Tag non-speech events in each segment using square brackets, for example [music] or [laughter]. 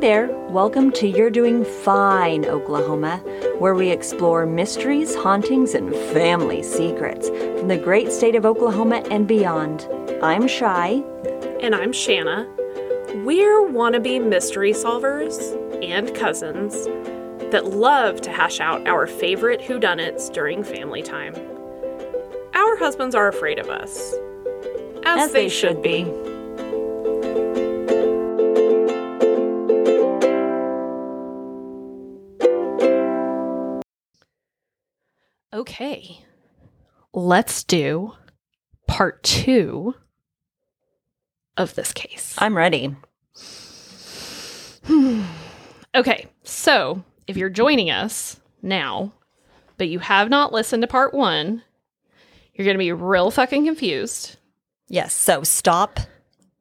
there. Welcome to You're Doing Fine, Oklahoma, where we explore mysteries, hauntings, and family secrets from the great state of Oklahoma and beyond. I'm Shy. And I'm Shanna. We're wannabe mystery solvers and cousins that love to hash out our favorite whodunits during family time. Our husbands are afraid of us, as, they, should be. Okay, let's do part two of this case. I'm ready. Okay, so if you're joining us now, but you have not listened to part one, you're going to be real fucking confused. Yes, so stop,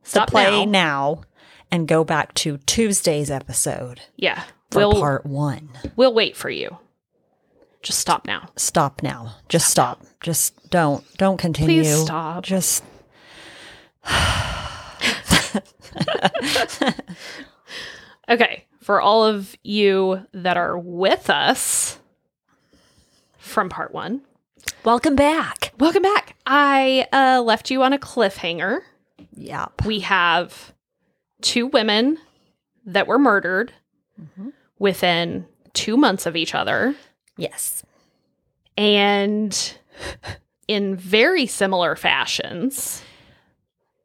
Stop the play now. now. and go back to Tuesday's episode Yeah, for we'll part one. we'll wait for you. Just stop now. Stop now. Just stop. Just don't don't continue. stop. Just Okay, for all of you that are with us from part one, welcome back. welcome back. I uh, left you on a cliffhanger. Yep. we have two women that were murdered within two months of each other Yes. and in very similar fashions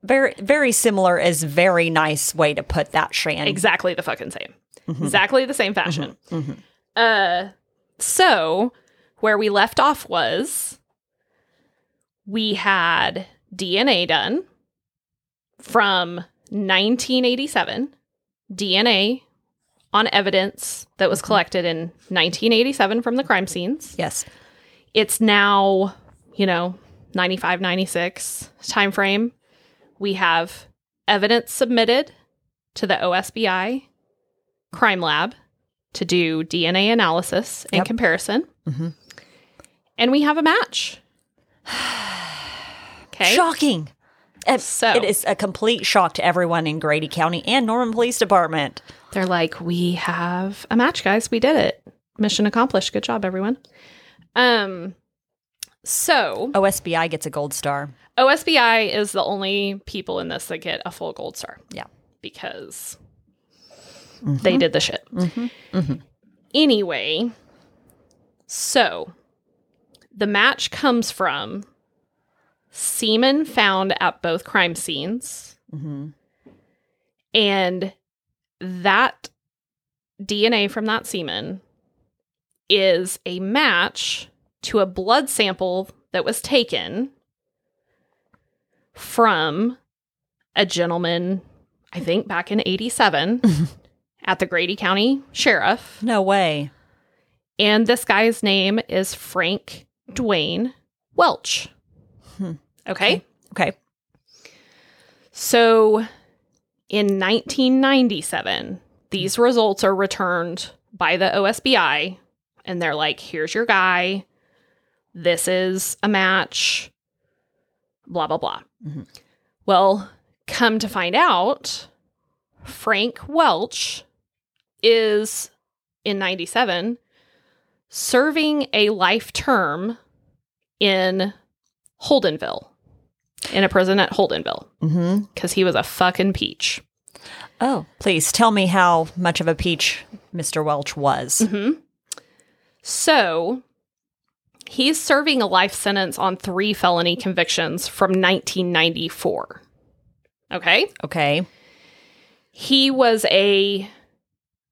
Very very similar is very nice way to put that, Shan. exactly the fucking same Mhm. exactly the same fashion Mhm. uh so where we left off was we had dna done from 1987 dna on evidence that was collected in 1987 from the crime scenes Yes. it's now you know 95 96 time frame we have evidence submitted to the osbi crime lab to do dna analysis and Yep. comparison Mhm. and we have a match [sighs] okay Shocking. It, So- it is a complete shock to everyone in Grady County and Norman Police Department. they're like we have a match guys we did it mission accomplished good job everyone um so OSBI gets a gold star. OSBI is the only people in this that get a full gold star. Yeah. Because they did the shit. Anyway, so the match comes from semen found at both crime scenes, Mm-hmm. and that DNA from that semen is a match to a blood sample that was taken from a gentleman, I think back in 87 at the Grady County Sheriff. No way. And this guy's name is Frank Dwayne Welch. Hmm. Okay. Okay. So in 1997, these Hmm. results are returned by the OSBI and they're like, here's your guy. This is a match, blah, blah, blah. Mhm. Well, come to find out, Frank Welch is in 97 serving a life term in Holdenville, in a prison at Holdenville Mm-hmm. because he was a fucking peach. Oh, please tell me how much of a peach Mr. Welch was. Mm-hmm. So he's serving a life sentence on three felony convictions from 1994. Okay. Okay. He was a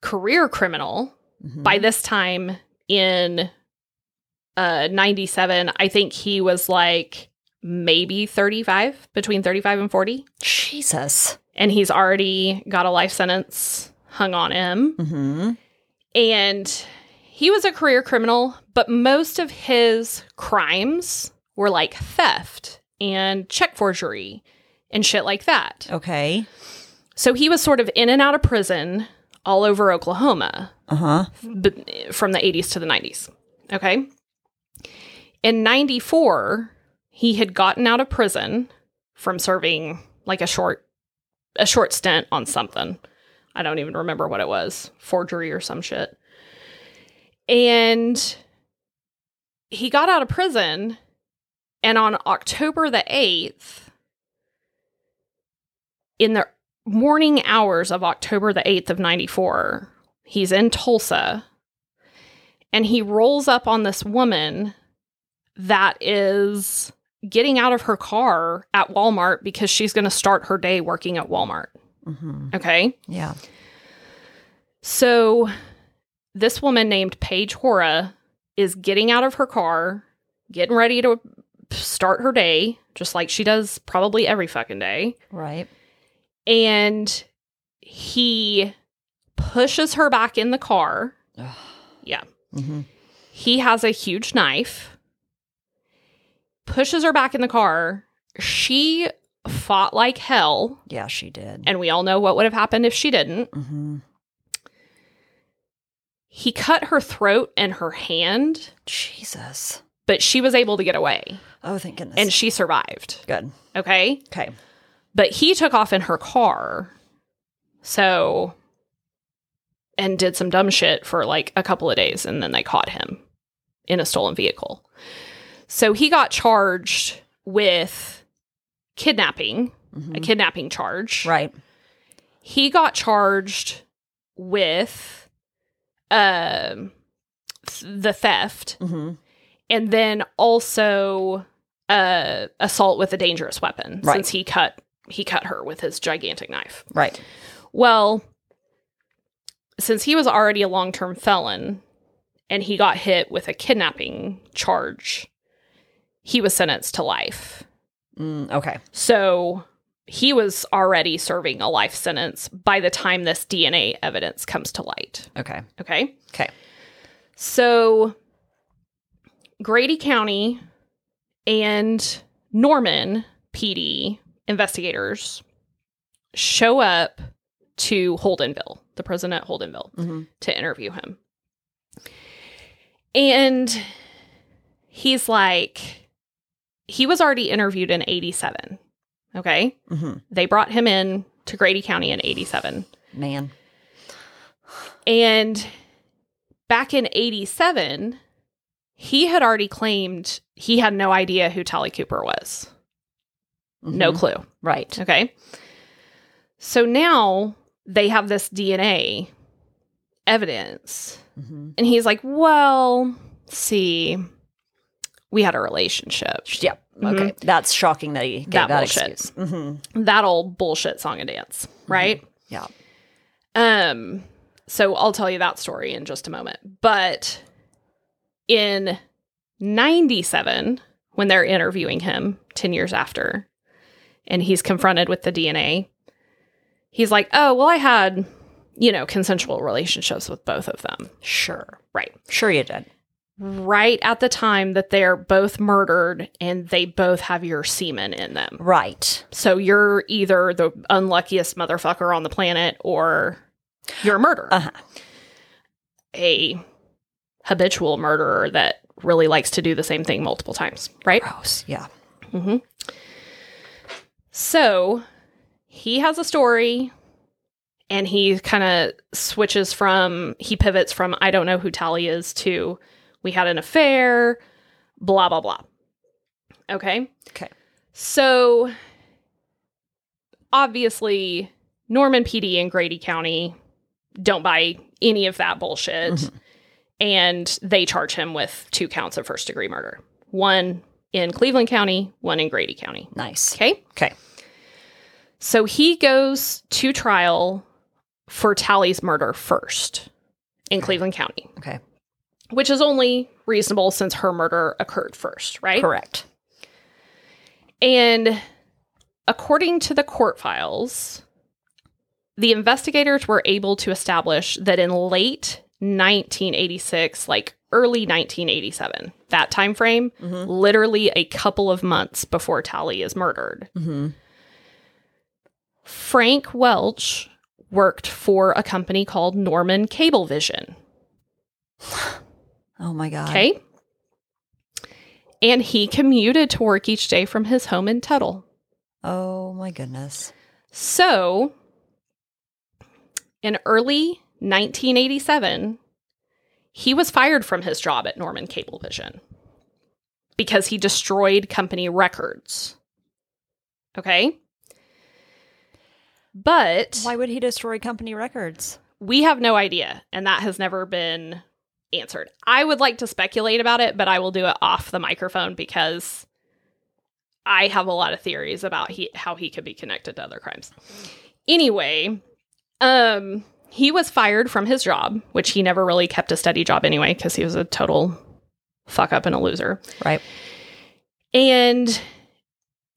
career criminal Mhm. by this time in uh 97 i think he was like maybe 35 between 35 and 40 Jesus. and he's already got a life sentence hung on him Mm-hmm. And he was a career criminal, but most of his crimes were like theft and check forgery and shit like that. Okay. So he was sort of in and out of prison all over Oklahoma Uh huh. b- from the 80s to the 90s. Okay. In 94, he had gotten out of prison from serving like a short a short stint on something I don't even remember what it was forgery or some shit. And he got out of prison. And on October the 8th, in the morning hours of October the 8th of 94, he's in Tulsa and he rolls up on this woman that is getting out of her car at Walmart because she's going to start her day working at Walmart. Mm-hmm. Okay. Yeah. So this woman named Paige Hora is getting out of her car, getting ready to start her day, just like she does probably every fucking day. Right. And he pushes her back in the car. Yeah. Mm-hmm. He has a huge knife, pushes her back in the car. She fought like hell. Yeah, she did. And we all know what would have happened if she didn't. mm-hmm. He cut her throat and her hand, Jesus. but she was able to get away Oh, thank goodness. and she survived. good. Okay. Okay. But he took off in her car. So, and did some dumb shit for like a couple of days. And then they caught him in a stolen vehicle. So he got charged with kidnapping, Mhm. a kidnapping charge. Right. he got charged with um th- the theft Mm-hmm. and then also uh assault with a dangerous weapon Right. since he cut he cut her with his gigantic knife. Right. Well, since he was already a long-term felon and he got hit with a kidnapping charge, he was sentenced to life. Mm, okay. So he was already serving a life sentence by the time this DNA evidence comes to light. Okay. Okay. Okay. So Grady County and Norman PD investigators show up to Holdenville, the prison at Holdenville, Mhm. to interview him. And he's like, he was already interviewed in 87. Okay. Mm-hmm. They brought him in to Grady County in 87. Man. And back in 87, he had already claimed he had no idea who Tally Cooper was. No Mhm. clue. Right. Okay. So now they have this DNA evidence. Mm-hmm. And he's like, well, see, we had a relationship. Yeah. Okay. That's shocking that he gave Mm-hmm. That that, bullshit. excuse. Mm-hmm. That old bullshit song and dance, right? Yeah. Um, so I'll tell you that story in just a moment. But in 97, when they're interviewing him 10 years after, and he's confronted with the DNA, he's like, Oh, well, I had, you know, consensual relationships with both of them. Sure. Right. Sure you did. Right at the time that they're both murdered and they both have your semen in them. Right. So you're either the unluckiest motherfucker on the planet or you're a murderer. Uh-huh. a habitual murderer that really likes to do the same thing multiple times, right? Gross. Yeah. Mm-hmm. So he has a story and he kind of switches from, he pivots from, I don't know who Tally is to, we had an affair, blah, blah, blah. Okay. Okay. So obviously, Norman PD and Grady County don't buy any of that bullshit. And they charge him with two counts of first degree murder one in Cleveland County, one in Grady County. Nice. Okay. Okay. So he goes to trial for Tally's murder first in Cleveland County, Okay. which is only reasonable since her murder occurred first, right? Correct. And according to the court files, the investigators were able to establish that in late 1986, like early 1987, that time frame, Mhm. literally a couple of months before Tally is murdered, Mm-hmm. Frank Welch worked for a company called Norman Cablevision. Oh my God. Okay. And he commuted to work each day from his home in Tuttle. Oh my goodness. So In early 1987, he was fired from his job at Norman Cablevision because he destroyed company records. Okay? But Why would he destroy company records? we have no idea, and that has never been answered. I would like to speculate about it, but I will do it off the microphone because I have a lot of theories about he, how he could be connected to other crimes. Anyway, um, he was fired from his job, which he never really kept a steady job anyway because he was a total fuck up and a loser. Right. And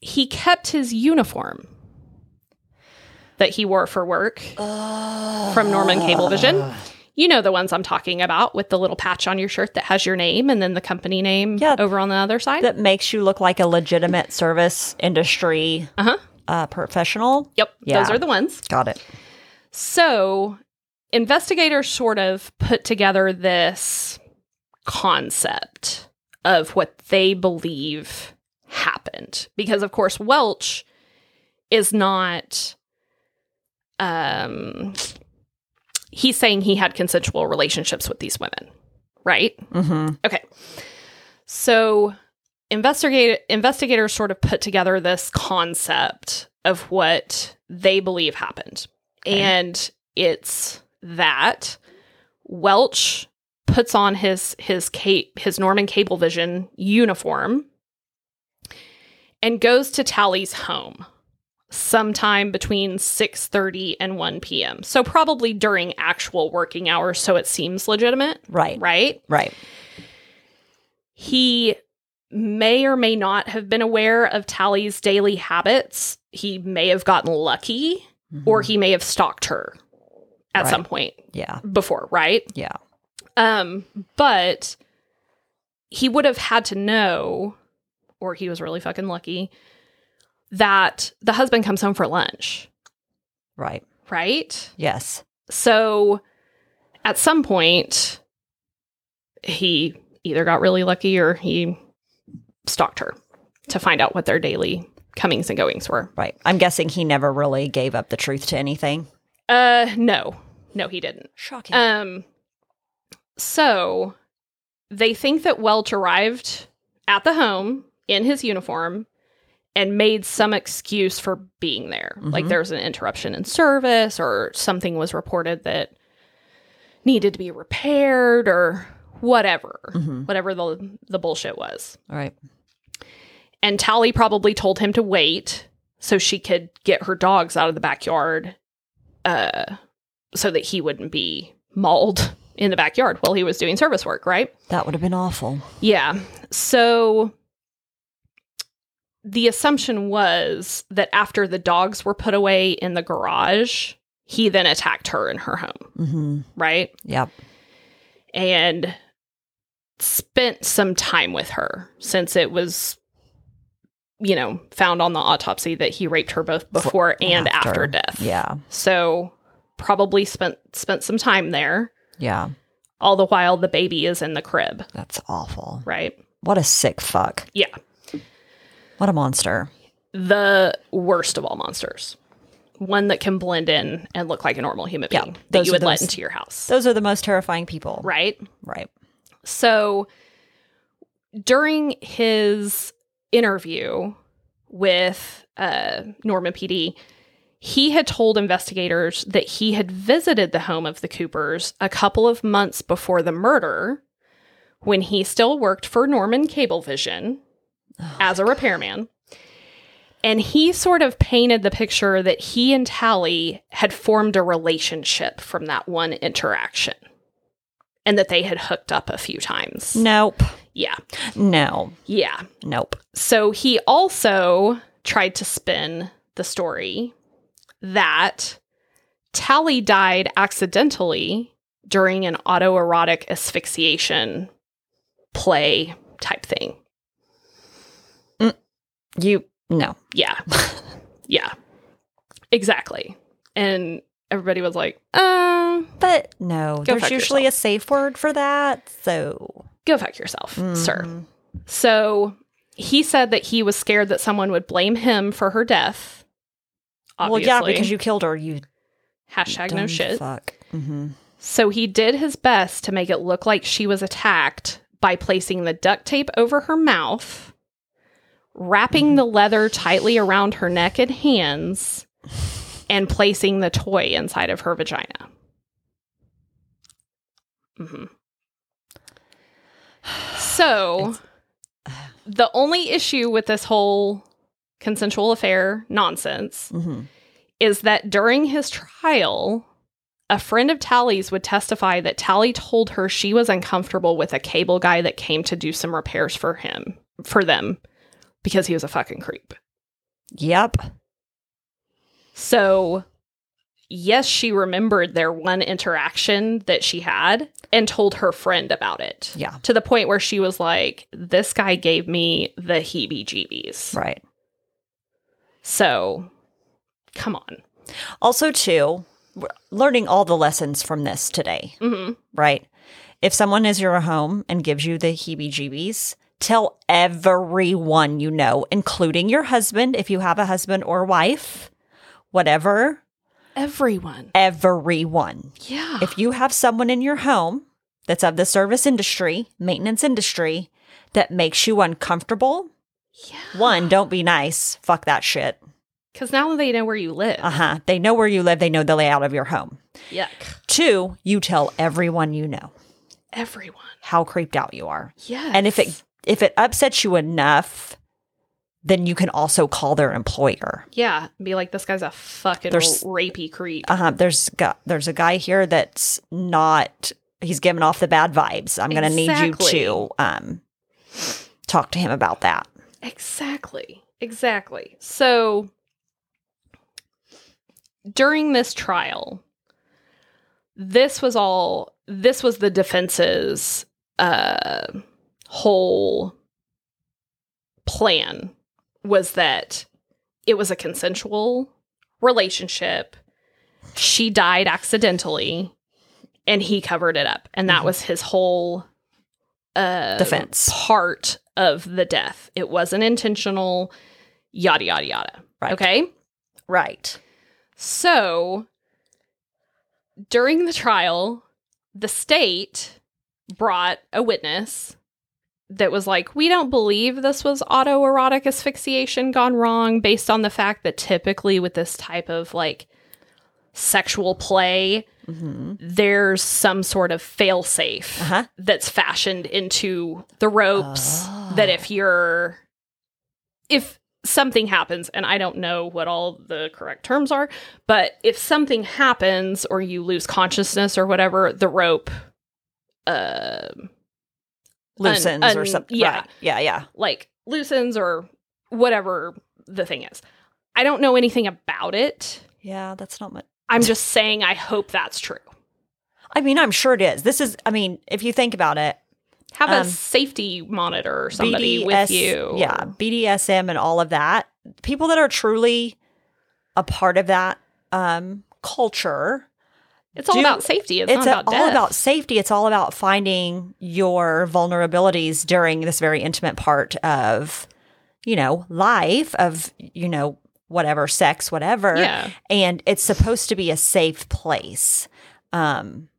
he kept his uniform that he wore for work from Norman Cablevision. You know the ones I'm talking about with the little patch on your shirt that has your name and then the company name Yeah. over on the other side. That makes you look like a legitimate service industry Uh-huh. uh, professional. Yep, those Yeah. are the ones. Got it. So, investigators sort of put together this concept of what they believe happened because of course Welch is not um he's saying he had consensual relationships with these women, right? Mm-hmm. Okay. So investigate investigators sort of put together this concept of what they believe happened. Okay. And it's that Welch puts on his his cape his Norman Cablevision uniform and goes to Tally's home sometime between 6:30 and 1 p.m. So probably during actual working hours so it seems legitimate, Right. Right. right? He may or may not have been aware of Tally's daily habits. He may have gotten lucky, or Mhm. he may have stalked her at Right. some point yeah. before, right? Yeah. Um, but he would have had to know, or he was really fucking lucky, that the husband comes home for lunch, Right. right? Yes. So at some point, he either got really lucky or he stalked her to find out what their daily comings and goings were. Right. I'm guessing he never really gave up the truth to anything. Uh, Uh, no, no, he didn't. Shocking. Um, so they think that Welch arrived at the home in his uniform and made some excuse for being there. Like Mhm. there was an interruption in service or something was reported that needed to be repaired or whatever. Mhm. Whatever the the bullshit was. All right. And Tally probably told him to wait so she could get her dogs out of the backyard uh, so that he wouldn't be mauled [laughs] in the backyard while he was doing service work, right? That would have been awful. Yeah. So the assumption was that after the dogs were put away in the garage, he then attacked her in her home, Mm-hmm. right? Yep. and spent some time with her since it was you know found on the autopsy that he raped her both before and after. death Yeah. so probably spent spent some time there Yeah. all the while the baby is in the crib That's awful. right What a sick fuck. yeah What a monster. the worst of all monsters one that can blend in and look like a normal human Yeah, being that those you are would let those- into your house Those are the most terrifying people. right Right. So during his interview with uh, Norman PD, he had told investigators that he had visited the home of the Coopers a couple of months before the murder when he still worked for Norman Cablevision as a repairman. And he sort of painted the picture that he and Tally had formed a relationship from that one interaction and that they had hooked up a few times. Nope. Yeah. No. Yeah. Nope. So he also tried to spin the story that Tally died accidentally during an autoerotic asphyxiation play type thing. You. No. [laughs] Yeah. yeah. Exactly. And everybody was like, uh, But no. fuck there's usually a safe word for that. So. go fuck yourself, sir. Mhm. So he said that he was scared that someone would blame him for her death. Well, yeah, obviously. because you killed her. You Hashtag no Dumb shit. Fuck. hmm So he did his best to make it look like she was attacked by placing the duct tape over her mouth, wrapping the leather tightly around her neck and hands, and placing the toy inside of her vagina. hmm So the only issue with this whole consensual affair nonsense hmm is that during his trial, a friend of Tally's would testify that Tally told her she was uncomfortable with a cable guy that came to do some repairs for him, for them, because he was a fucking creep. Yep. So, yes, she remembered their one interaction that she had and told her friend about it Yeah. to the point where she was like, This guy gave me the heebie jeebies. Right. So, come on. Also, too, we're learning all the lessons from this today, hmm right? If someone is your home and gives you the heebie jeebies, tell everyone you know, including your husband, if you have a husband or wife, whatever, Everyone. everyone. Yeah. If you have someone in your home that's of the service industry, maintenance industry, that makes you uncomfortable, yeah. one, don't be nice. Fuck that shit. Because now they know where you live. Uh huh. They know where you live, they know the layout of your home. Yuck. Two, you tell everyone you know Everyone. how creeped out you are. Yes. And if it if it upsets you enough, then you can also call their employer. yeah, be like this guy's a fucking There's- rapey creep. Uh-huh. There's gu- there's a guy here that's not he's giving off the bad vibes. I'm going to need Exactly. you to um talk to him about that. exactly. Exactly. So during this trial, this was all this was the defense's uh whole plan was that it was a consensual relationship. She died accidentally and he covered it up. And that Mhm. was his whole uh Defense. part of the death. It wasn't intentional, yada yada yada. Right. Okay. Right. So during the trial, the state brought a witness that was like, We don't believe this was autoerotic asphyxiation gone wrong based on the fact that typically with this type of like sexual play, Mhm. there's some sort of fail safe Uh-huh. that's fashioned into the ropes Oh. that if you're if something happens and i don't know what all the correct terms are but if something happens or you lose consciousness or whatever the rope uh, Loosens or un- something. yeah. Right. Yeah, yeah. like loosens or whatever the thing is i don't know anything about it Yeah, that's not much. [laughs] i'm just saying i hope that's true I mean, I'm sure it is. This is I mean, if you think about it, have Um, a safety monitor or somebody with BDS you Yeah, BDSM and all of that. People that are truly a part of that um, culture. it's all do- about safety it's, It's not about all death. about safety. It's all about finding your vulnerabilities during this very intimate part of, you know, life of, you know, whatever, sex, whatever. yeah And it's supposed to be a safe place. Um,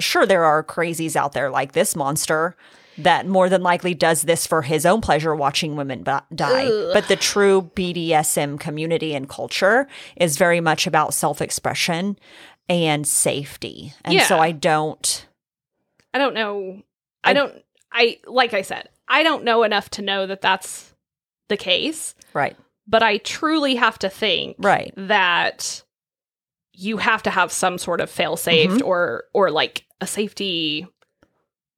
sure, there are crazies out there like this monster that more than likely does this for his own pleasure, watching women b- die. Ugh. But the true BDSM community and culture is very much about self expression and safety. And so Yeah. I don't. I don't know. I, I- don't. I like I said, I don't know enough to know that that's the case. Right. But I truly have to think Right. that you have to have some sort of fail safe Mhm. or or like a safety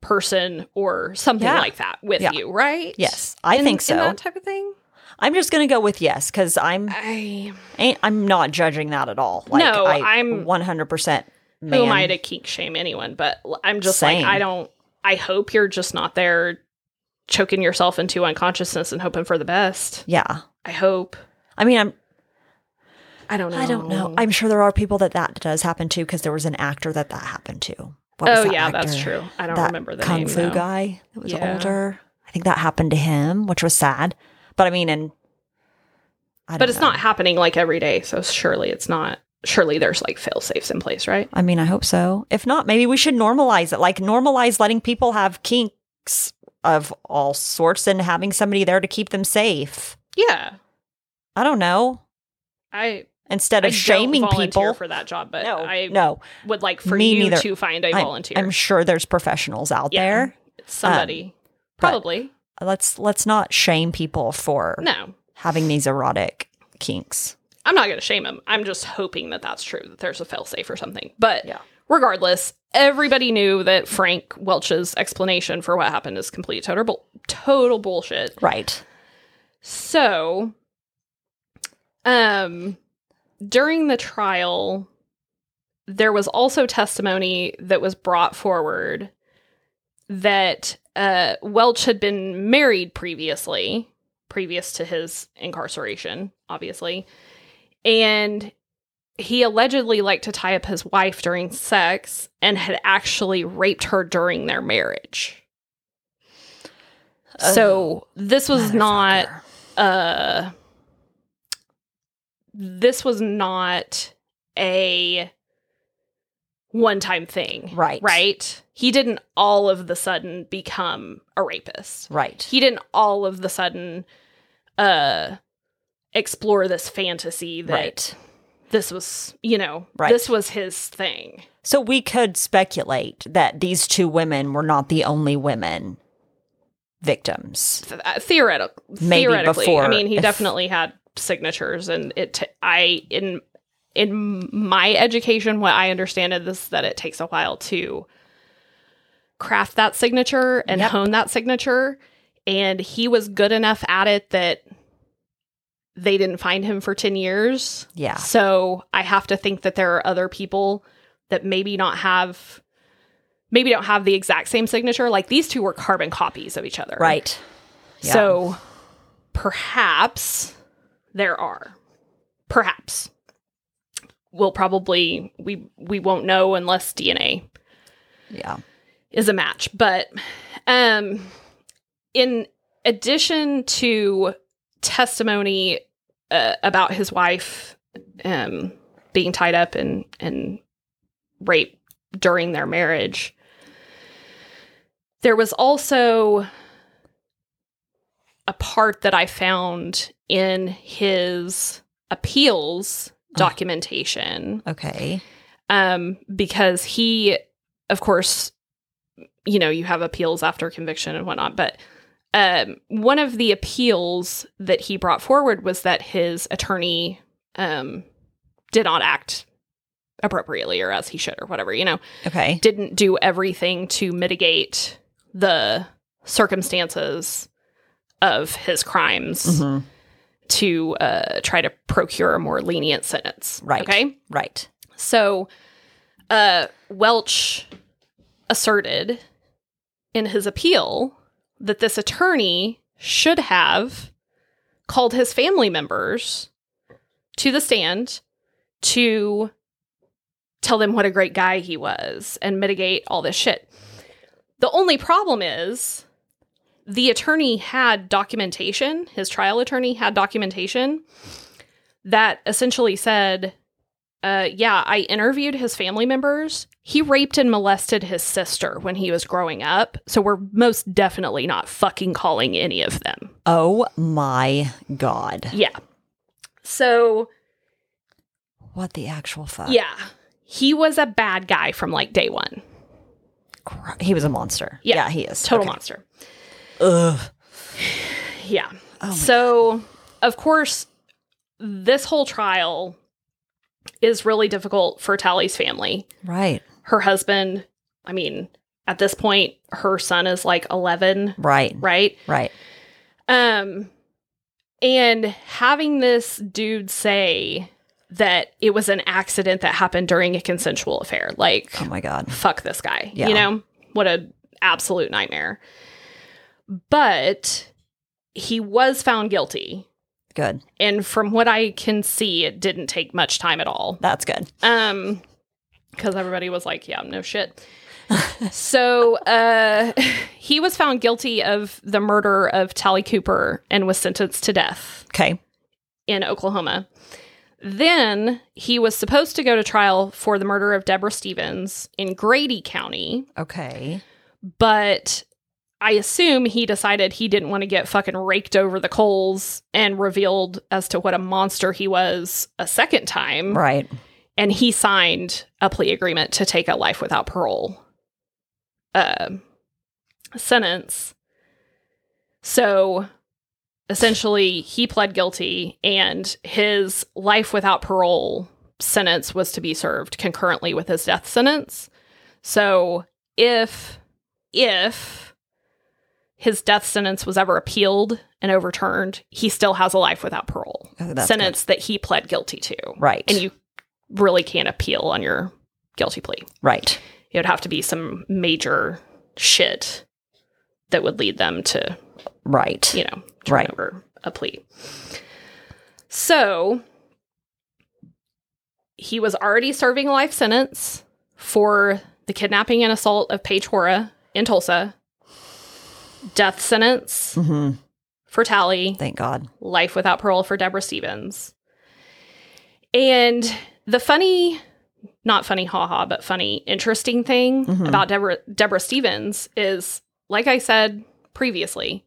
person or something Yeah. like that with Yeah. you, right? Yes, I In- think In so. that type of thing. I'm just going to go with yes because I'm I ain't, I'm not judging that at all. No, I, I'm- 100% man. who am I to kink shame anyone? But l- I'm just Same. like I don't. I hope you're just not there choking yourself into unconsciousness and hoping for the best. yeah. I hope. I mean, I'm I don't know. I don't know. I'm sure there are people that that does happen to because there was an actor that that happened to. What was oh that yeah, that's actor? true. I don't that remember the kung name. fu though. guy that was Yeah. older. I think that happened to him, which was sad. But I mean, and I don't but it's know. not happening like every day, so surely it's not surely there's like fail safes in place, right? I mean, I hope so. If not, maybe we should normalize it. Like normalize letting people have kinks of all sorts and having somebody there to keep them safe. Yeah. I don't know. I Instead of I shaming don't volunteer people. for that job, but no, I no. would like for Me you neither. to find a I'm- volunteer. I'm sure there's professionals out Yeah. there. Um, Somebody. but- Probably. Let's let's not shame people for No. having these erotic kinks. I'm not going to shame him. I'm just hoping that that's true, that there's a failsafe or something. But Yeah. regardless, everybody knew that Frank Welch's explanation for what happened is complete total, bull- total bullshit. Right. So, um, during the trial, there was also testimony that was brought forward that uh, Welch had been married previously, previous to his incarceration, obviously, and he allegedly liked to tie up his wife during sex and had actually raped her during their marriage. So this was not Motherfucker. uh this was not a one time thing. Right. Right? He didn't all of the sudden become a rapist. right. He didn't all of the sudden uh explore this fantasy that Right. this was, you know, Right. this was his thing. So we could speculate that these two women were not the only women victims. th- uh, theoretic- Maybe theoretically. I before, mean, he if- definitely had signatures, and it. T- I in in my education, what I understand of this is that it takes a while to craft that signature and Yep. hone that signature, and he was good enough at it that they didn't find him for ten years. Yeah. So I have to think that there are other people that maybe not have. Maybe don't have the exact same signature. Like these two were carbon copies of each other. Right. Yeah. So perhaps there are. Perhaps. We'll probably we we won't know unless DNA Yeah. is a match. But um in addition to testimony uh, about his wife um being tied up and and raped during their marriage there was also a part that I found in his appeals documentation Okay. um, because he, of course, you know, you have appeals after conviction and whatnot, but um, one of the appeals that he brought forward was that his attorney um, did not act appropriately or as he should or whatever, you know, Okay. didn't do everything to mitigate the circumstances of his crimes Mhm. to uh, try to procure a more lenient sentence. Right. Okay. Right. So, uh, Welch asserted in his appeal that this attorney should have called his family members to the stand to tell them what a great guy he was and mitigate all this shit. The only problem is the attorney had documentation, his trial attorney had documentation that essentially said uh, yeah, I interviewed his family members. He raped and molested his sister when he was growing up. So we're most definitely not fucking calling any of them. Oh my god. Yeah. So, What the actual fuck? yeah, he was a bad guy from like day one. Cri- He was a monster. Yeah. he is. Total Okay. monster. Ugh. Yeah. Oh my so, of course, this whole trial is really difficult for Tally's family. Right. Her husband, I mean, at this point, her son is like 11, Right. right? Right. Um, and having this dude say that it was an accident that happened during a consensual affair, like, Oh my god. fuck this guy. Yeah. You know, what a absolute nightmare. But he was found guilty. Good. And from what I can see, it didn't take much time at all. That's good. Um, because everybody was like, yeah, no shit. so uh, [laughs] he was found guilty of the murder of Tally Cooper and was sentenced to death Okay. in Oklahoma. Then he was supposed to go to trial for the murder of Deborah Stevens in Grady County, Okay. but I assume he decided he didn't want to get fucking raked over the coals and revealed as to what a monster he was a second time. Right. And he signed a plea agreement to take a life without parole um sentence. So essentially, he pled guilty, and his life without parole sentence was to be served concurrently with his death sentence. So if if his death sentence was ever appealed and overturned, he still has a life without parole Oh, that's sentence that he pled guilty to. Right. And you really can't appeal on your guilty plea. right. It would have to be some major shit that would lead them to, Right. you know, turn Right. over a plea. So he was already serving a life sentence for the kidnapping and assault of Paige Hora in Tulsa, death sentence hmm for Tally, Thank God. Life Without Parole for Deborah Stevens. And the funny, not funny, haha, but funny, interesting thing Mhm. about Deborah, Deborah Stevens is, like I said previously,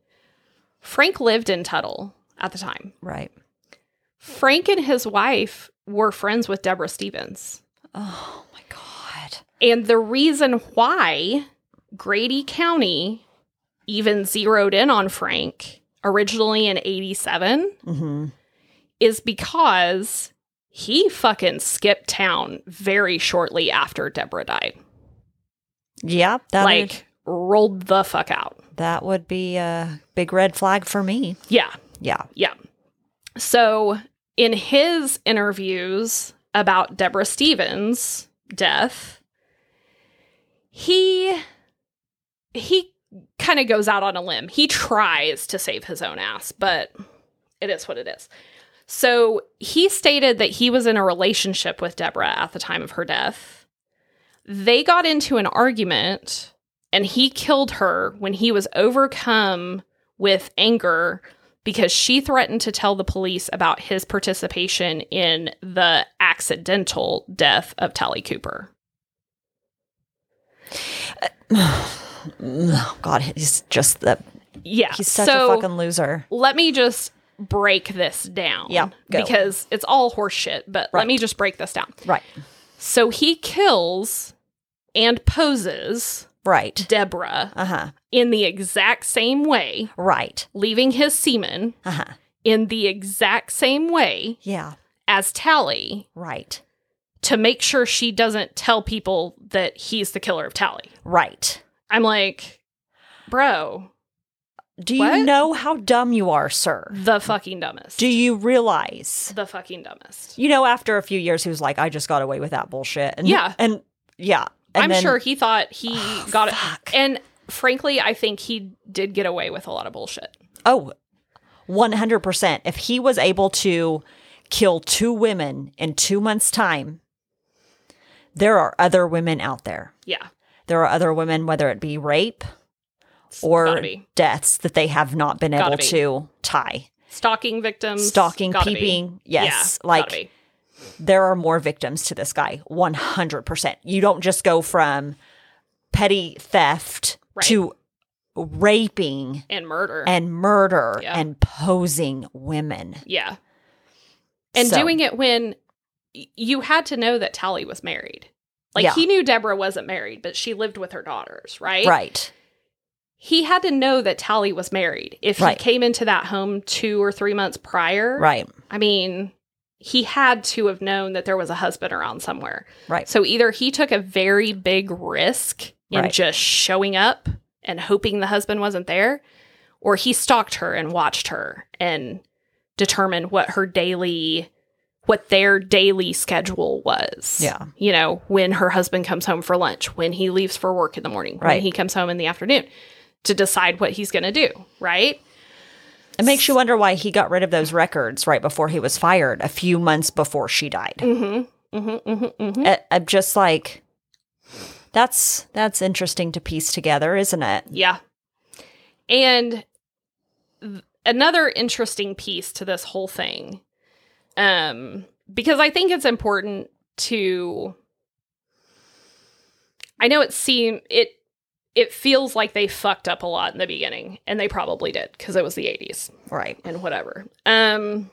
Frank lived in Tuttle at the time. Right. Frank and his wife were friends with Deborah Stevens. Oh my God. And the reason why Grady County even zeroed in on Frank originally in 87 Mm-hmm. is because he fucking skipped town very shortly after Deborah died. Yep. That like, would, rolled the fuck out. that would be a big red flag for me. Yeah. Yeah. So, in his interviews about Deborah Stevens' death, he he kind of goes out on a limb. He tries to save his own ass, but it is what it is. So, he stated that he was in a relationship with Deborah at the time of her death. They got into an argument and he killed her when he was overcome with anger because she threatened to tell the police about his participation in the accidental death of Tally Cooper. Oh, God, he's just the Yeah. he's such so a fucking loser. let me just break this down. Yeah, go. Because it's all horseshit, but let me just break this down. Right. So he kills and poses Right. Deborah Uh-huh. in the exact same way, Right. leaving his semen Uh-huh. in the exact same way Yeah. as Tally Right. to make sure she doesn't tell people that he's the killer of Tally. Right. I'm like, bro, Do you What? know how dumb you are, sir? the fucking dumbest. Do you realize? the fucking dumbest. You know, after a few years, he was like, "I just got away with that bullshit." And, Yeah. and yeah, and I'm then- Oh, sure he thought he got fuck. it. And frankly, I think he did get away with a lot of bullshit. Oh, 100 percent. If he was able to kill two women in two months' time, there are other women out there. Yeah. There are other women, whether it be rape It's or gotta be. deaths, that they have not been Gotta able be. to tie. stalking victims, Stalking, gotta be. peeping, Yeah, yes, gotta like be. there are more victims to this guy 100% you don't just go from petty theft Right. to raping and murder. and murder Yeah. and posing women yeah. And So- doing it when y- you had to know that Tally was married. Like Yeah. he knew Deborah wasn't married, but she lived with her daughters, right? right he had to know that Tally was married. If Right. he came into that home two or three months prior, right I mean, he had to have known that there was a husband around somewhere. Right. So either he took a very big risk in Right. just showing up and hoping the husband wasn't there, or he stalked her and watched her and determined what her daily what their daily schedule was. Yeah. You know, when her husband comes home for lunch, when he leaves for work in the morning, Right. when he comes home in the afternoon to decide what he's going to do, right? it makes you wonder why he got rid of those records right before he was fired a few months before she died Mhm. Mhm. Mhm. Mhm. I- i'm just like that's that's interesting to piece together isn't it Yeah. And th- another interesting piece to this whole thing um because I think it's important to I know it seem it it feels like they fucked up a lot in the beginning and they probably did because it was the 80s Right. and whatever. Um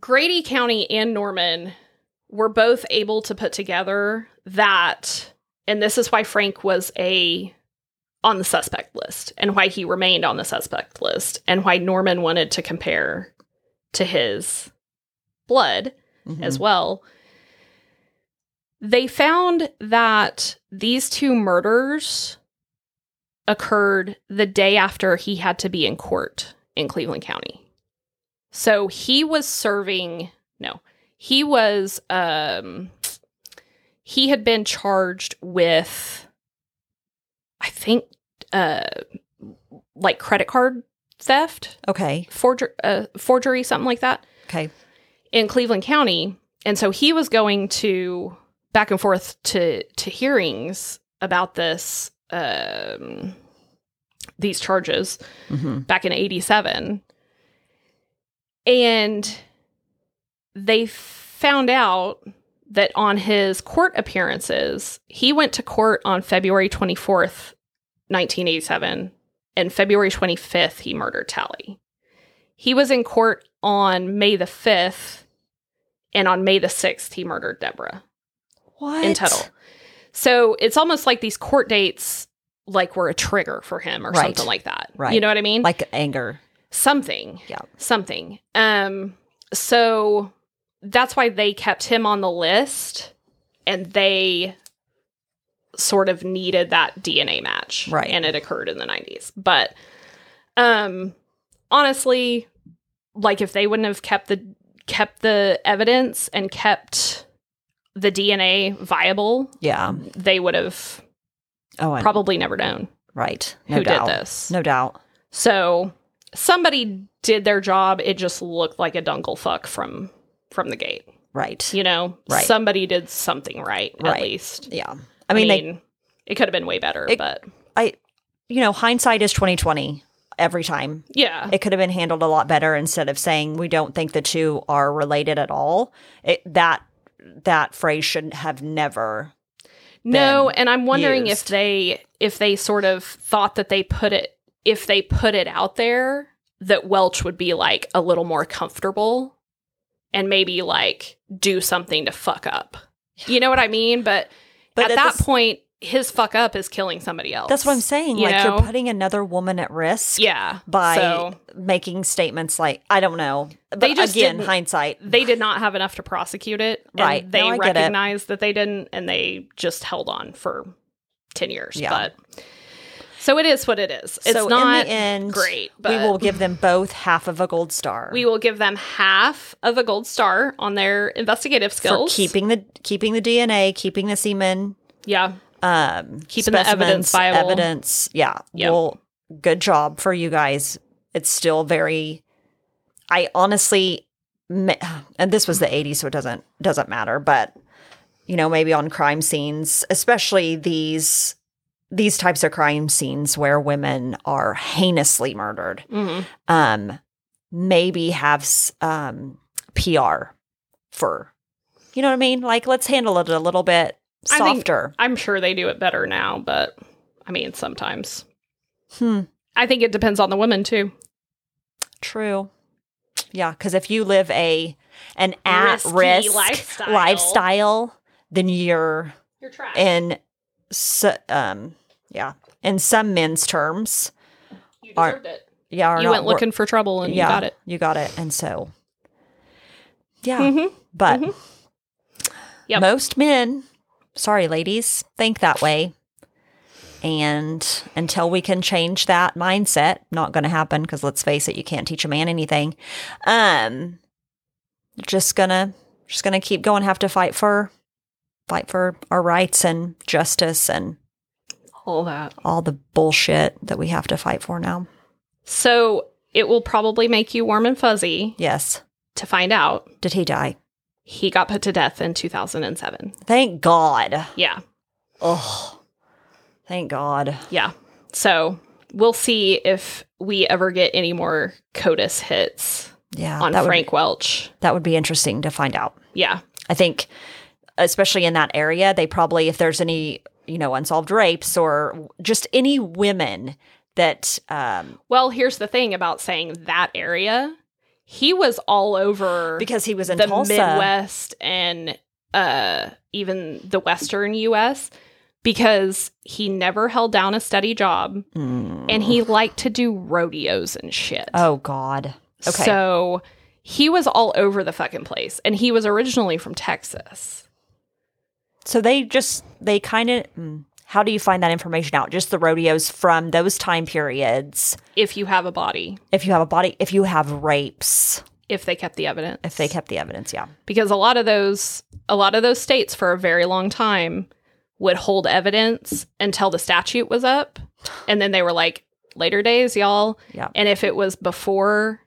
Grady County and Norman were both able to put together that and this is why Frank was a on the suspect list and why he remained on the suspect list and why Norman wanted to compare to his blood Mm-hmm. as well. They found that these two murders occurred the day after he had to be in court in Cleveland County. So he was serving, no, he was, um, he had been charged with, I think, uh, like credit card theft, Okay. forger- uh, forgery, something like that Okay. in Cleveland County, and so he was going to back and forth to to hearings about this um, these charges hmm back in '87, and they found out that on his court appearances, he went to court on February 24th, 1987, and February 25th, he murdered Tally. He was in court on May the 5th, and on May the 6th, he murdered Deborah What? in total. So it's almost like these court dates like were a trigger for him or Right. something like that. Right. You know what I mean? Like anger. something Yeah. something um so that's why they kept him on the list and they sort of needed that dna match Right. and it occurred in the 90s but um honestly like if they wouldn't have kept the kept the evidence and kept the dna viable Yeah. they would have Oh, I, probably never known right. No who doubt. did this No doubt. so somebody did their job. It just looked like a dungle fuck from from the gate. Right. You know, Right. somebody did something right, Right. at least. Yeah. I mean, they, it could have been way better, It- but you know, hindsight is twenty twenty every time. yeah, It could have been handled a lot better instead of saying we don't think the two are related at all. It, that that phrase should have never. no. And I'm wondering if used. they if they sort of thought that they put it if they put it out there that Welch would be like a little more comfortable and maybe like do something to fuck up. You know what I mean? But But at, that this- point, his fuck up is killing somebody else. that's what I'm saying. you like know? you're putting another woman at risk. Yeah. By so making statements like I don't know, but They just again didn't- hindsight, they did not have enough to prosecute it. and Right. They No, I get it. recognized that they didn't and they just held on for 10 years. Yeah. But so it is what it is. It's so not in the end, great, we but will give them both half of a gold star. we will give them half of a gold star on their investigative for skills. keeping the keeping the DNA, keeping the semen, yeah. um, Keeping the evidence specimens, viable. Evidence, yeah. Yep. Well, good job for you guys. It's still very. I honestly, ma- and this was the '80s, so it doesn't doesn't matter. But you know, maybe on crime scenes, especially these these types of crime scenes where women are heinously murdered, Mhm. um, maybe have s- um, PR for, you know what I mean? Like, let's handle it a little bit I think- softer. I'm sure they do it better now, but I mean, sometimes. hmm. I think it depends on the woman too. True. Yeah, because if you live a an at Risky risk lifestyle. lifestyle. then you're You're trash. in, so, um, yeah, in some men's terms, you are- deserved it. yeah, are You not went wor- looking for trouble and yeah, you got it. You got it, and so, yeah, Mhm. but mhm. Yep. most men, sorry, ladies, think that way. And until we can change that mindset, not going to happen because let's face it, you can't teach a man anything. Um, just gonna, just gonna keep going. Have to fight for, fight for our rights and justice and All that. all the bullshit that we have to fight for now. So it will probably make you warm and fuzzy Yes. to find out Did he die? he got put to death in 2007. Thank God. Yeah, Oh, thank God. yeah. So we'll see if we ever get any more CODIS hits Yeah, on that would- Frank Welch. That would be interesting to find out. Yeah. I think, especially in that area, they probably, if there's any, you know, unsolved rapes or just any women that, um, Well, here's the thing about saying that area. He was all over because he was in the Tulsa, Midwest and uh, even the Western U.S. because he never held down a steady job Mm. and he liked to do rodeos and shit. oh God, okay. So he was all over the fucking place and he was originally from Texas. so they just they kind of. Mm. How do you find that information out? Just the rodeos from those time periods. If you have a body, If you have a body, if you have rapes, if they kept the evidence. if they kept the evidence, yeah. because a lot of those a lot of those states for a very long time would hold evidence until the statute was up and then they were like later days y'all Yeah. and if it was before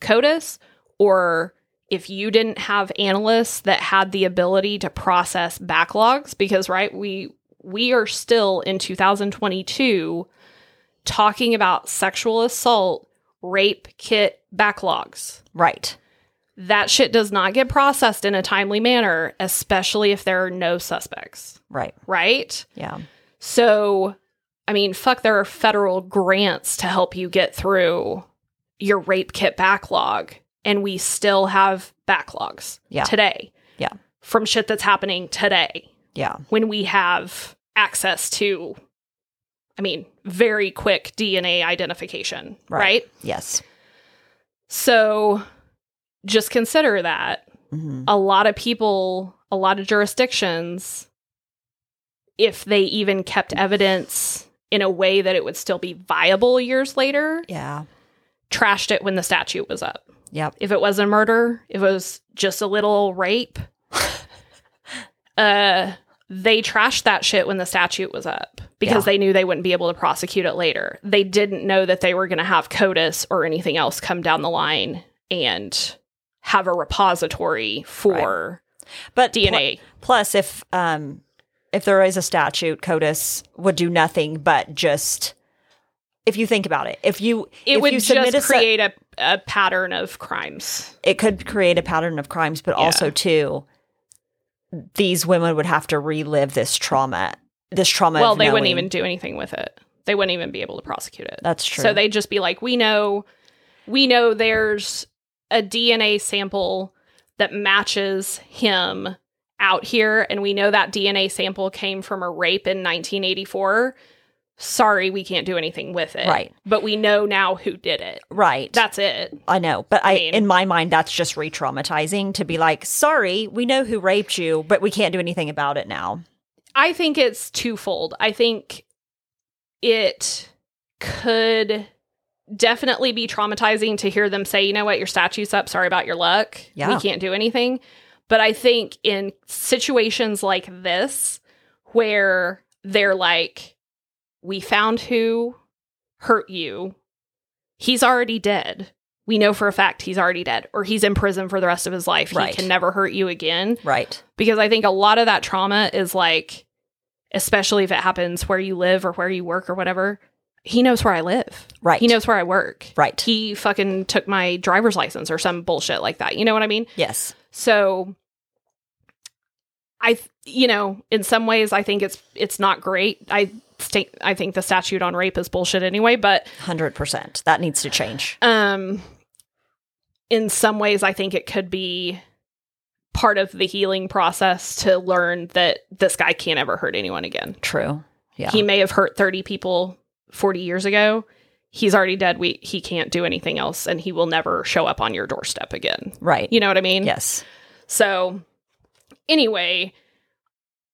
codis or if you didn't have analysts that had the ability to process backlogs because right we we are still in 2022 talking about sexual assault rape kit backlogs Right. that shit does not get processed in a timely manner, especially if there are no suspects, Right. right? Yeah. So, I mean, fuck, there are federal grants to help you get through your rape kit backlog, and we still have backlogs Yeah. today. Yeah. From shit that's happening today Yeah. when we have access to, I mean, very quick DNA identification, Right. right? Yes. So, just consider that Mhm. a lot of people, a lot of jurisdictions, if they even kept evidence in a way that it would still be viable years later, Yeah. trashed it when the statute was up. Yep. If it was a murder, if it was just a little rape, uh, they trashed that shit when the statute was up because Yeah. they knew they wouldn't be able to prosecute it later. They didn't know that they were going to have CODIS or anything else come down the line and have a repository for But pl- DNA. Plus, if um, if there is a statute, CODIS would do nothing but just. If you think about it, if you It if would you submit just a se- create a, a pattern of crimes. it could create a pattern of crimes, but Yeah. also too, these women would have to relive this trauma. This trauma. well, of they wouldn't knowing- even do anything with it. They wouldn't even be able to prosecute it. That's true. So they'd just be like, we know, we know there's a DNA sample that matches him out here, and we know that DNA sample came from a rape in 1984. Sorry, we can't do anything with it. Right. But we know now who did it. right. That's it. I know, but I, mean- in my mind, that's just re-traumatizing to be like, sorry, we know who raped you, but we can't do anything about it now. I think it's twofold. I think it could definitely be traumatizing to hear them say, you know what, your statue's up. Sorry about your luck. Yeah. We can't do anything. But I think in situations like this, where they're like, we found who hurt you, he's already dead. We know for a fact he's already dead, or he's in prison for the rest of his life. Right. He can never hurt you again Right. because I think a lot of that trauma is like, especially if it happens where you live or where you work or whatever. He knows where I live. Right. He knows where I work. Right. He fucking took my driver's license or some bullshit like that. You know what I mean? yes. So I th- you know, in some ways I think it's it's not great. I think I think the statute on rape is bullshit anyway, but Hundred percent. That needs to change. um in some ways i think it could be part of the healing process to learn that this guy can't ever hurt anyone again True. Yeah. he may have hurt 30 people 40 years ago he's already dead we he can't do anything else and he will never show up on your doorstep again right. you know what i mean Yes. so, anyway,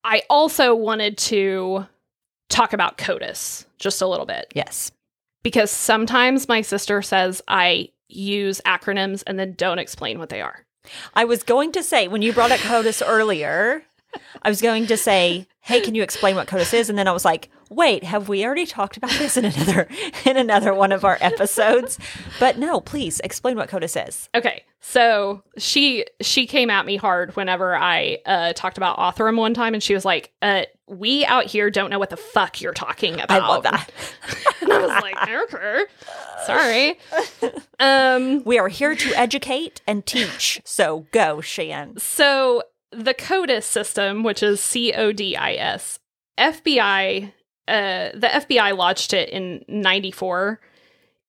I also wanted to talk about CODIS just a little bit Yes. because sometimes my sister says I use acronyms and then don't explain what they are. I was going to say when you brought up CODIS earlier, I was going to say, "Hey, can you explain what CODIS is?" And then I was like, "Wait, have we already talked about this in another [laughs] in another one of our episodes?" But no, please explain what CODIS is. Okay, so she she came at me hard whenever I uh, talked about Otherum one time, and she was like, uh, we out here don't know what the fuck you're talking about. I love that. and I was like, okay, sorry. [laughs] Um, We are here to educate and teach. So go, Shan. so the CODIS system, which is C O D I S, FBI, uh, the FBI launched it in '94,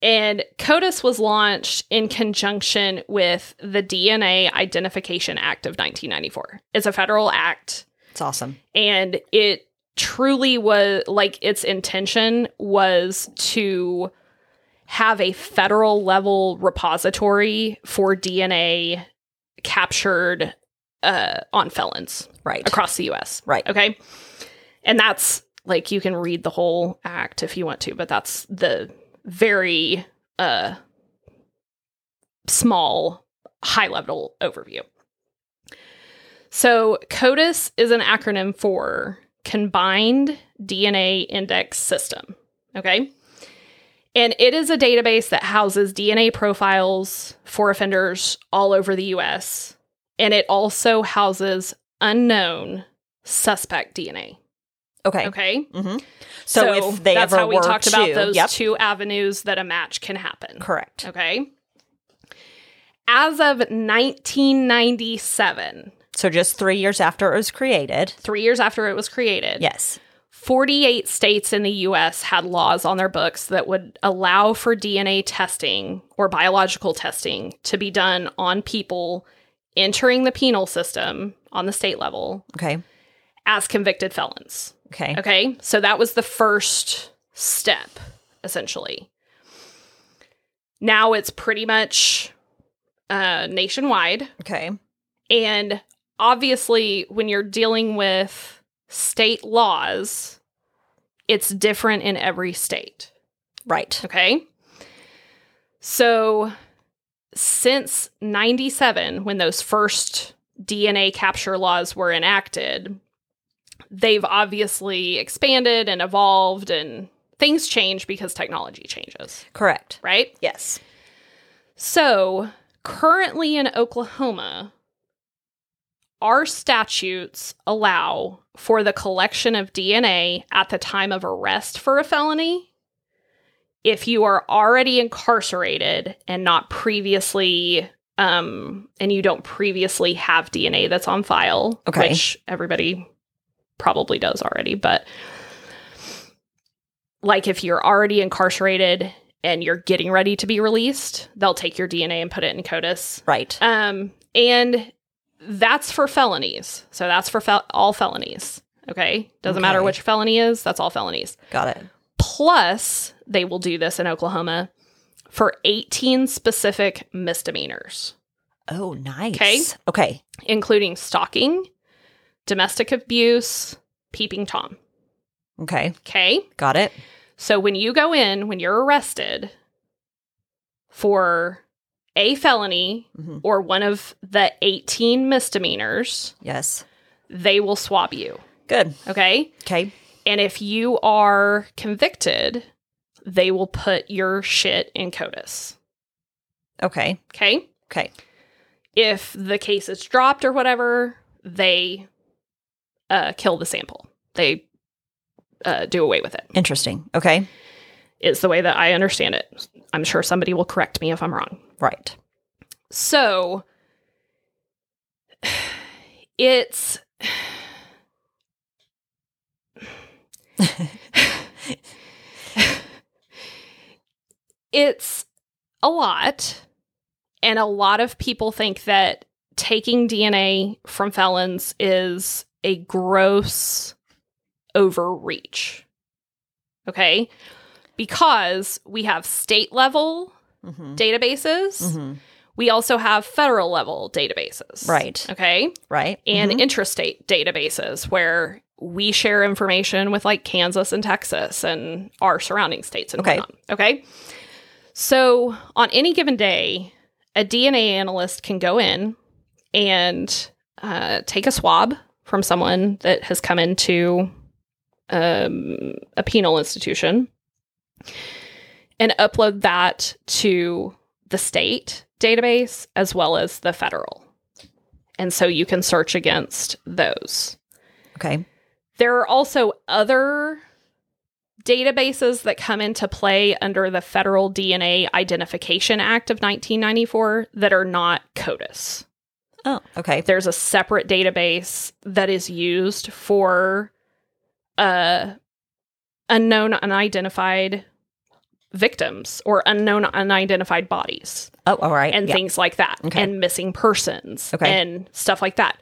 and CODIS was launched in conjunction with the DNA Identification Act of 1994. It's a federal act It's awesome. and it truly was like its intention was to have a federal level repository for DNA captured uh, on felons Right. across the US. Right. Okay. And that's like you can read the whole act if you want to, but that's the very uh small high level overview. So CODIS is an acronym for Combined DNA Index System. Okay. And it is a database that houses DNA profiles for offenders all over the US. And it also houses unknown suspect DNA. Okay. Okay. hmm So, if they that's ever how we were talked about to- those yep, two avenues that a match can happen. correct. Okay. As of 1997, So just three years after it was created. three years after it was created, Yes. 48 states in the US had laws on their books that would allow for DNA testing or biological testing to be done on people entering the penal system on the state level Okay. as convicted felons. Okay. Okay. So that was the first step, essentially. Now it's pretty much uh, nationwide. Okay. And obviously, when you're dealing with state laws, it's different in every state. Right. Okay. So, since 97, when those first DNA capture laws were enacted, they've obviously expanded and evolved, and things change because technology changes, Correct. right? Yes. So, currently in Oklahoma, our statutes allow for the collection of DNA at the time of arrest for a felony if you are already incarcerated and not previously um and you don't previously have DNA that's on file, Okay. which everybody probably does already, but like if you're already incarcerated and you're getting ready to be released, they'll take your DNA and put it in CODIS. Right. Um, and that's for felonies. So that's for fel- all felonies. Okay. Doesn't matter Okay. which felony is, that's all felonies. Got it. Plus, they will do this in Oklahoma for 18 specific misdemeanors, Oh, nice. Okay. Okay. including stalking, domestic abuse, peeping Tom. Okay. Okay. Got it. So when you go in, when you're arrested for a felony Mhm. or one of the 18 misdemeanors, Yes. they will swab you. Good. Okay. Okay. And if you are convicted, they will put your shit in CODIS. Okay. Okay. Okay. If the case is dropped or whatever, they uh, kill the sample. They uh, do away with it. Interesting. Okay. Is the way that I understand it. I'm sure somebody will correct me if I'm wrong. Right. So it's it's a lot and a lot of people think that taking DNA from felons is a gross overreach. Okay? Because we have state level Mm-hmm. databases. hmm We also have federal level databases. Right. Okay. Right. And Mhm. intrastate databases where we share information with like Kansas and Texas and our surrounding states and Okay. whatnot. Okay. So on any given day, a DNA analyst can go in and uh, take a swab from someone that has come into um, a penal institution and upload that to the state database as well as the federal. And so you can search against those. okay. There are also other databases that come into play under the Federal DNA Identification Act of 1994 that are not CODIS. Oh, okay. There's a separate database that is used for uh, unknown unidentified victims or unknown unidentified bodies Oh, all right. and yeah. things like that Okay. and missing persons Okay. and stuff like that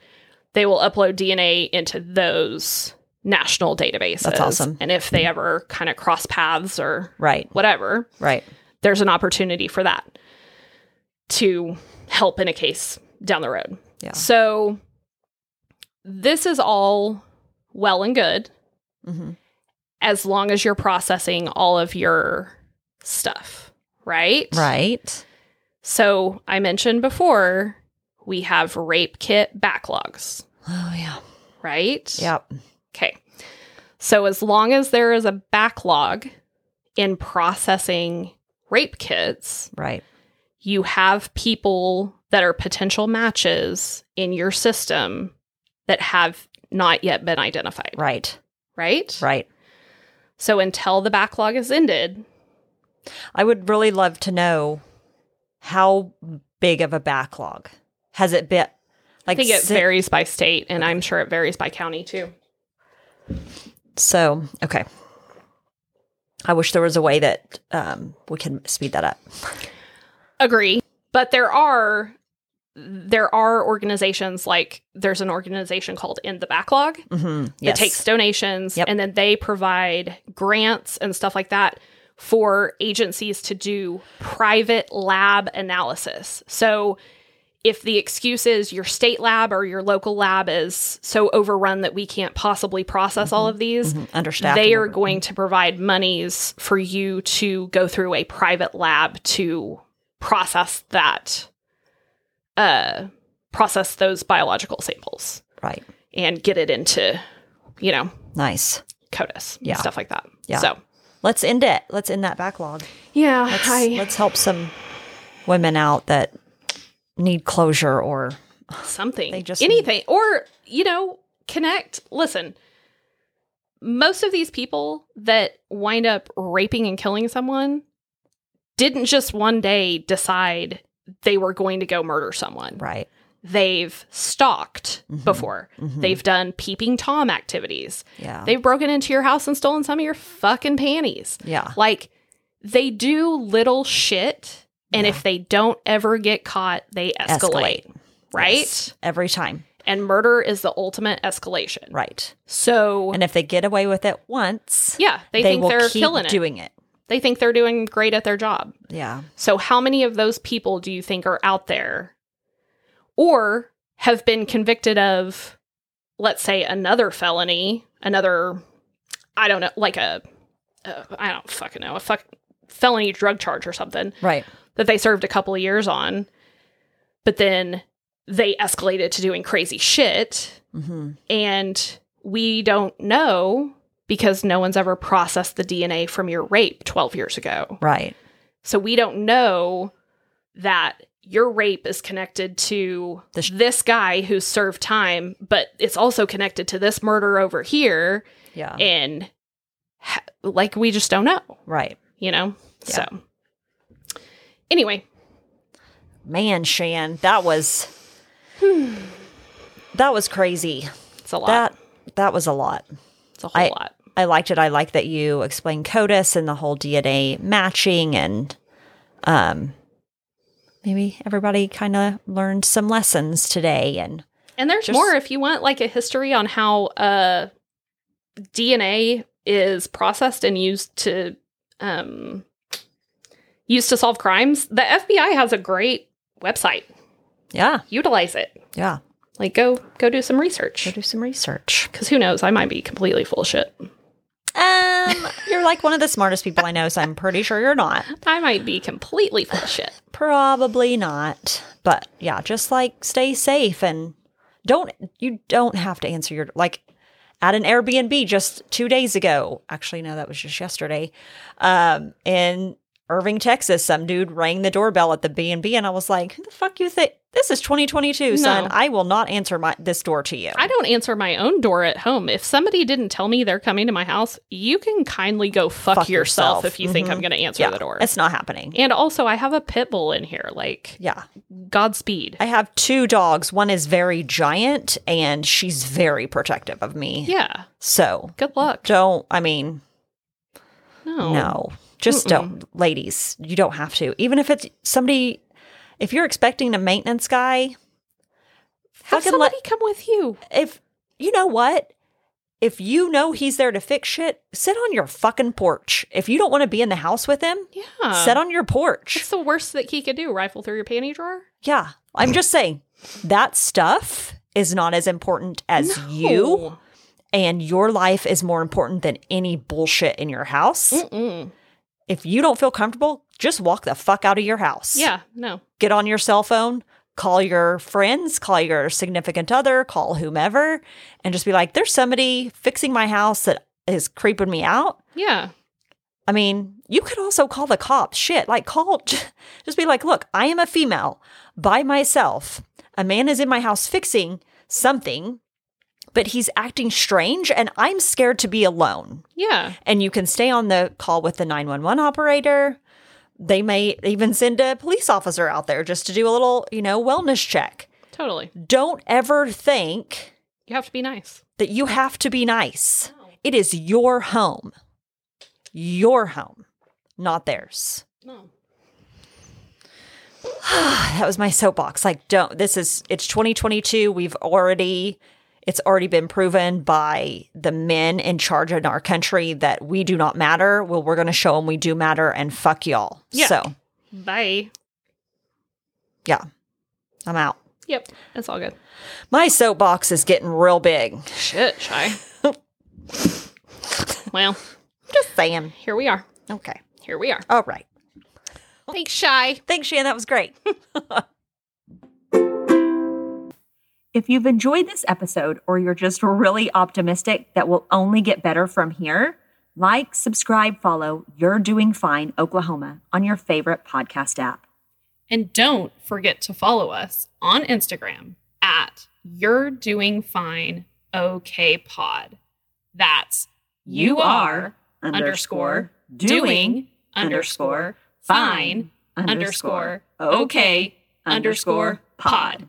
they will upload dna into those national databases That's awesome. and if they ever kind of cross paths or Right. whatever Right. there's an opportunity for that to help in a case down the road Yeah. so this is all well and good hmm as long as you're processing all of your stuff right Right. so I mentioned before, we have rape kit backlogs, Oh yeah. right? Yep. Okay. So as long as there is a backlog in processing rape kits, Right. you have people that are potential matches in your system that have not yet been identified, Right. right? Right. So until the backlog is ended, I would really love to know how big of a backlog has it been. I Like think it si- varies by state and I'm sure it varies by county too. so. Okay. I wish there was a way that um, we can speed that up. agree but there are there are organizations like there's an organization called in the backlog Mm-hmm. that takes donations Yep. and then they provide grants and stuff like that for agencies to do private lab analysis so if the excuse is your state lab or your local lab is so overrun that we can't possibly process all of Mm-hmm. these understaffed. they and are over- going to provide monies for you to go through a private lab to process that uh process those biological samples right. and get it into you know Nice. CODIS Yeah. and stuff like that. Yeah. So Let's end it. Let's end that backlog. yeah, Let's, I let's help some women out that need closure or something They just anything or you know connect listen most of these people that wind up raping and killing someone didn't just one day decide they were going to go murder someone right. they've stalked Mhm. before Mhm. they've done peeping tom activities yeah. they've broken into your house and stolen some of your fucking panties yeah. like they do little shit and Yeah. if they don't ever get caught they escalate, right Yes. Every time. and murder is the ultimate escalation. Right. So And if they get away with it once, yeah, they, think will they're keep killing it. doing it. They think they're doing great at their job. Yeah. So how many of those people do you think are out there or have been convicted of let's say another felony, another I don't know, like a uh, I don't fucking know, a fuck felony drug charge or something Right. that they served a couple of years on. But then they escalated to doing crazy shit Mm-hmm. and we don't know because no one's ever processed the DNA from your rape 12 years ago. Right. So we don't know that your rape is connected to The sh- this guy who served time, but it's also connected to this murder over here Yeah. and ha- like we just don't know, right. you know? Yeah. So Anyway, Man, Shan, that was that was crazy. it's a lot. That that was a lot. it's a whole I- lot. I liked it. I like that you explained CODIS and the whole DNA matching and um maybe everybody kind of learned some lessons today and And there's Just- more if you want like a history on how uh DNA is processed and used to um used to solve crimes. The FBI has a great website. yeah, Utilize it. yeah. Like go go do some Go research. do some research. Cause who knows, I might be completely full of shit. Um, [laughs] you're like one of the smartest people I know, so I'm pretty sure you're not. I might be completely full of shit. Probably not. But yeah, just like stay safe and don't you don't have to answer your like at an Airbnb just 2 days ago. Actually, no, that was just yesterday. Um in Irving, Texas, some dude rang the doorbell at the B&B and I was like, "Who the fuck you think This is 2022, son. No. I will not answer my this door to you. I don't answer my own door at home. If somebody didn't tell me they're coming to my house, you can kindly go fuck, Fuck yourself, yourself. Mm-hmm. if you think I'm going to answer yeah, the door. it's not happening. And also, I have a pit bull in here. Like, Yeah. Godspeed. I have two dogs. One is very giant and she's very protective of me. yeah. So Good luck. don't, I mean, No. no. Just don't, ladies, you don't have to. Even if it's somebody, if you're expecting a maintenance guy, Have fucking somebody come with you. let, if you know what? If you know he's there to fix shit, sit on your fucking porch. If you don't want to be in the house with him, Yeah. sit on your porch. It's the worst that he could do. Rifle through your panty drawer. Yeah. I'm just saying that stuff is not as important as you, No. and your life is more important than any bullshit in your house. Mm. If you don't feel comfortable, just walk the fuck out of your house. Yeah. No. Get on your cell phone, call your friends, call your significant other, call whomever, and just be like, there's somebody fixing my house that is creeping me out. Yeah. I mean, you could also call the cops. Shit, like call, [laughs] just be like, look, I am a female by myself. A man is in my house fixing something, but he's acting strange and I'm scared to be alone. Yeah. And you can stay on the call with the 911 operator. They may even send a police officer out there just to do a little, you know, wellness check. Totally. Don't ever think You have to be nice. that you have to be nice. It is your home, your home, not theirs. [sighs] No. That was my soapbox. Like, don't, this is, it's 2022. We've already, it's already been proven by the men in charge in our country that we do not matter. Well, we're going to show them we do matter and fuck y'all. Yeah. So, Bye. yeah, I'm out. Yep. That's all good. My soapbox is getting real big. Shit, [laughs] shy. well, Just saying. here we are. Okay. Here we are. All right. Thanks, shy. Thanks, Shan. That was great. [laughs] if you've enjoyed this episode or you're just really optimistic that we'll only get better from here, like, subscribe, follow You're Doing Fine Oklahoma on your favorite podcast app. And don't forget to follow us on Instagram at You're Doing Fine OK Pod. That's you are underscore doing underscore fine underscore okay underscore pod.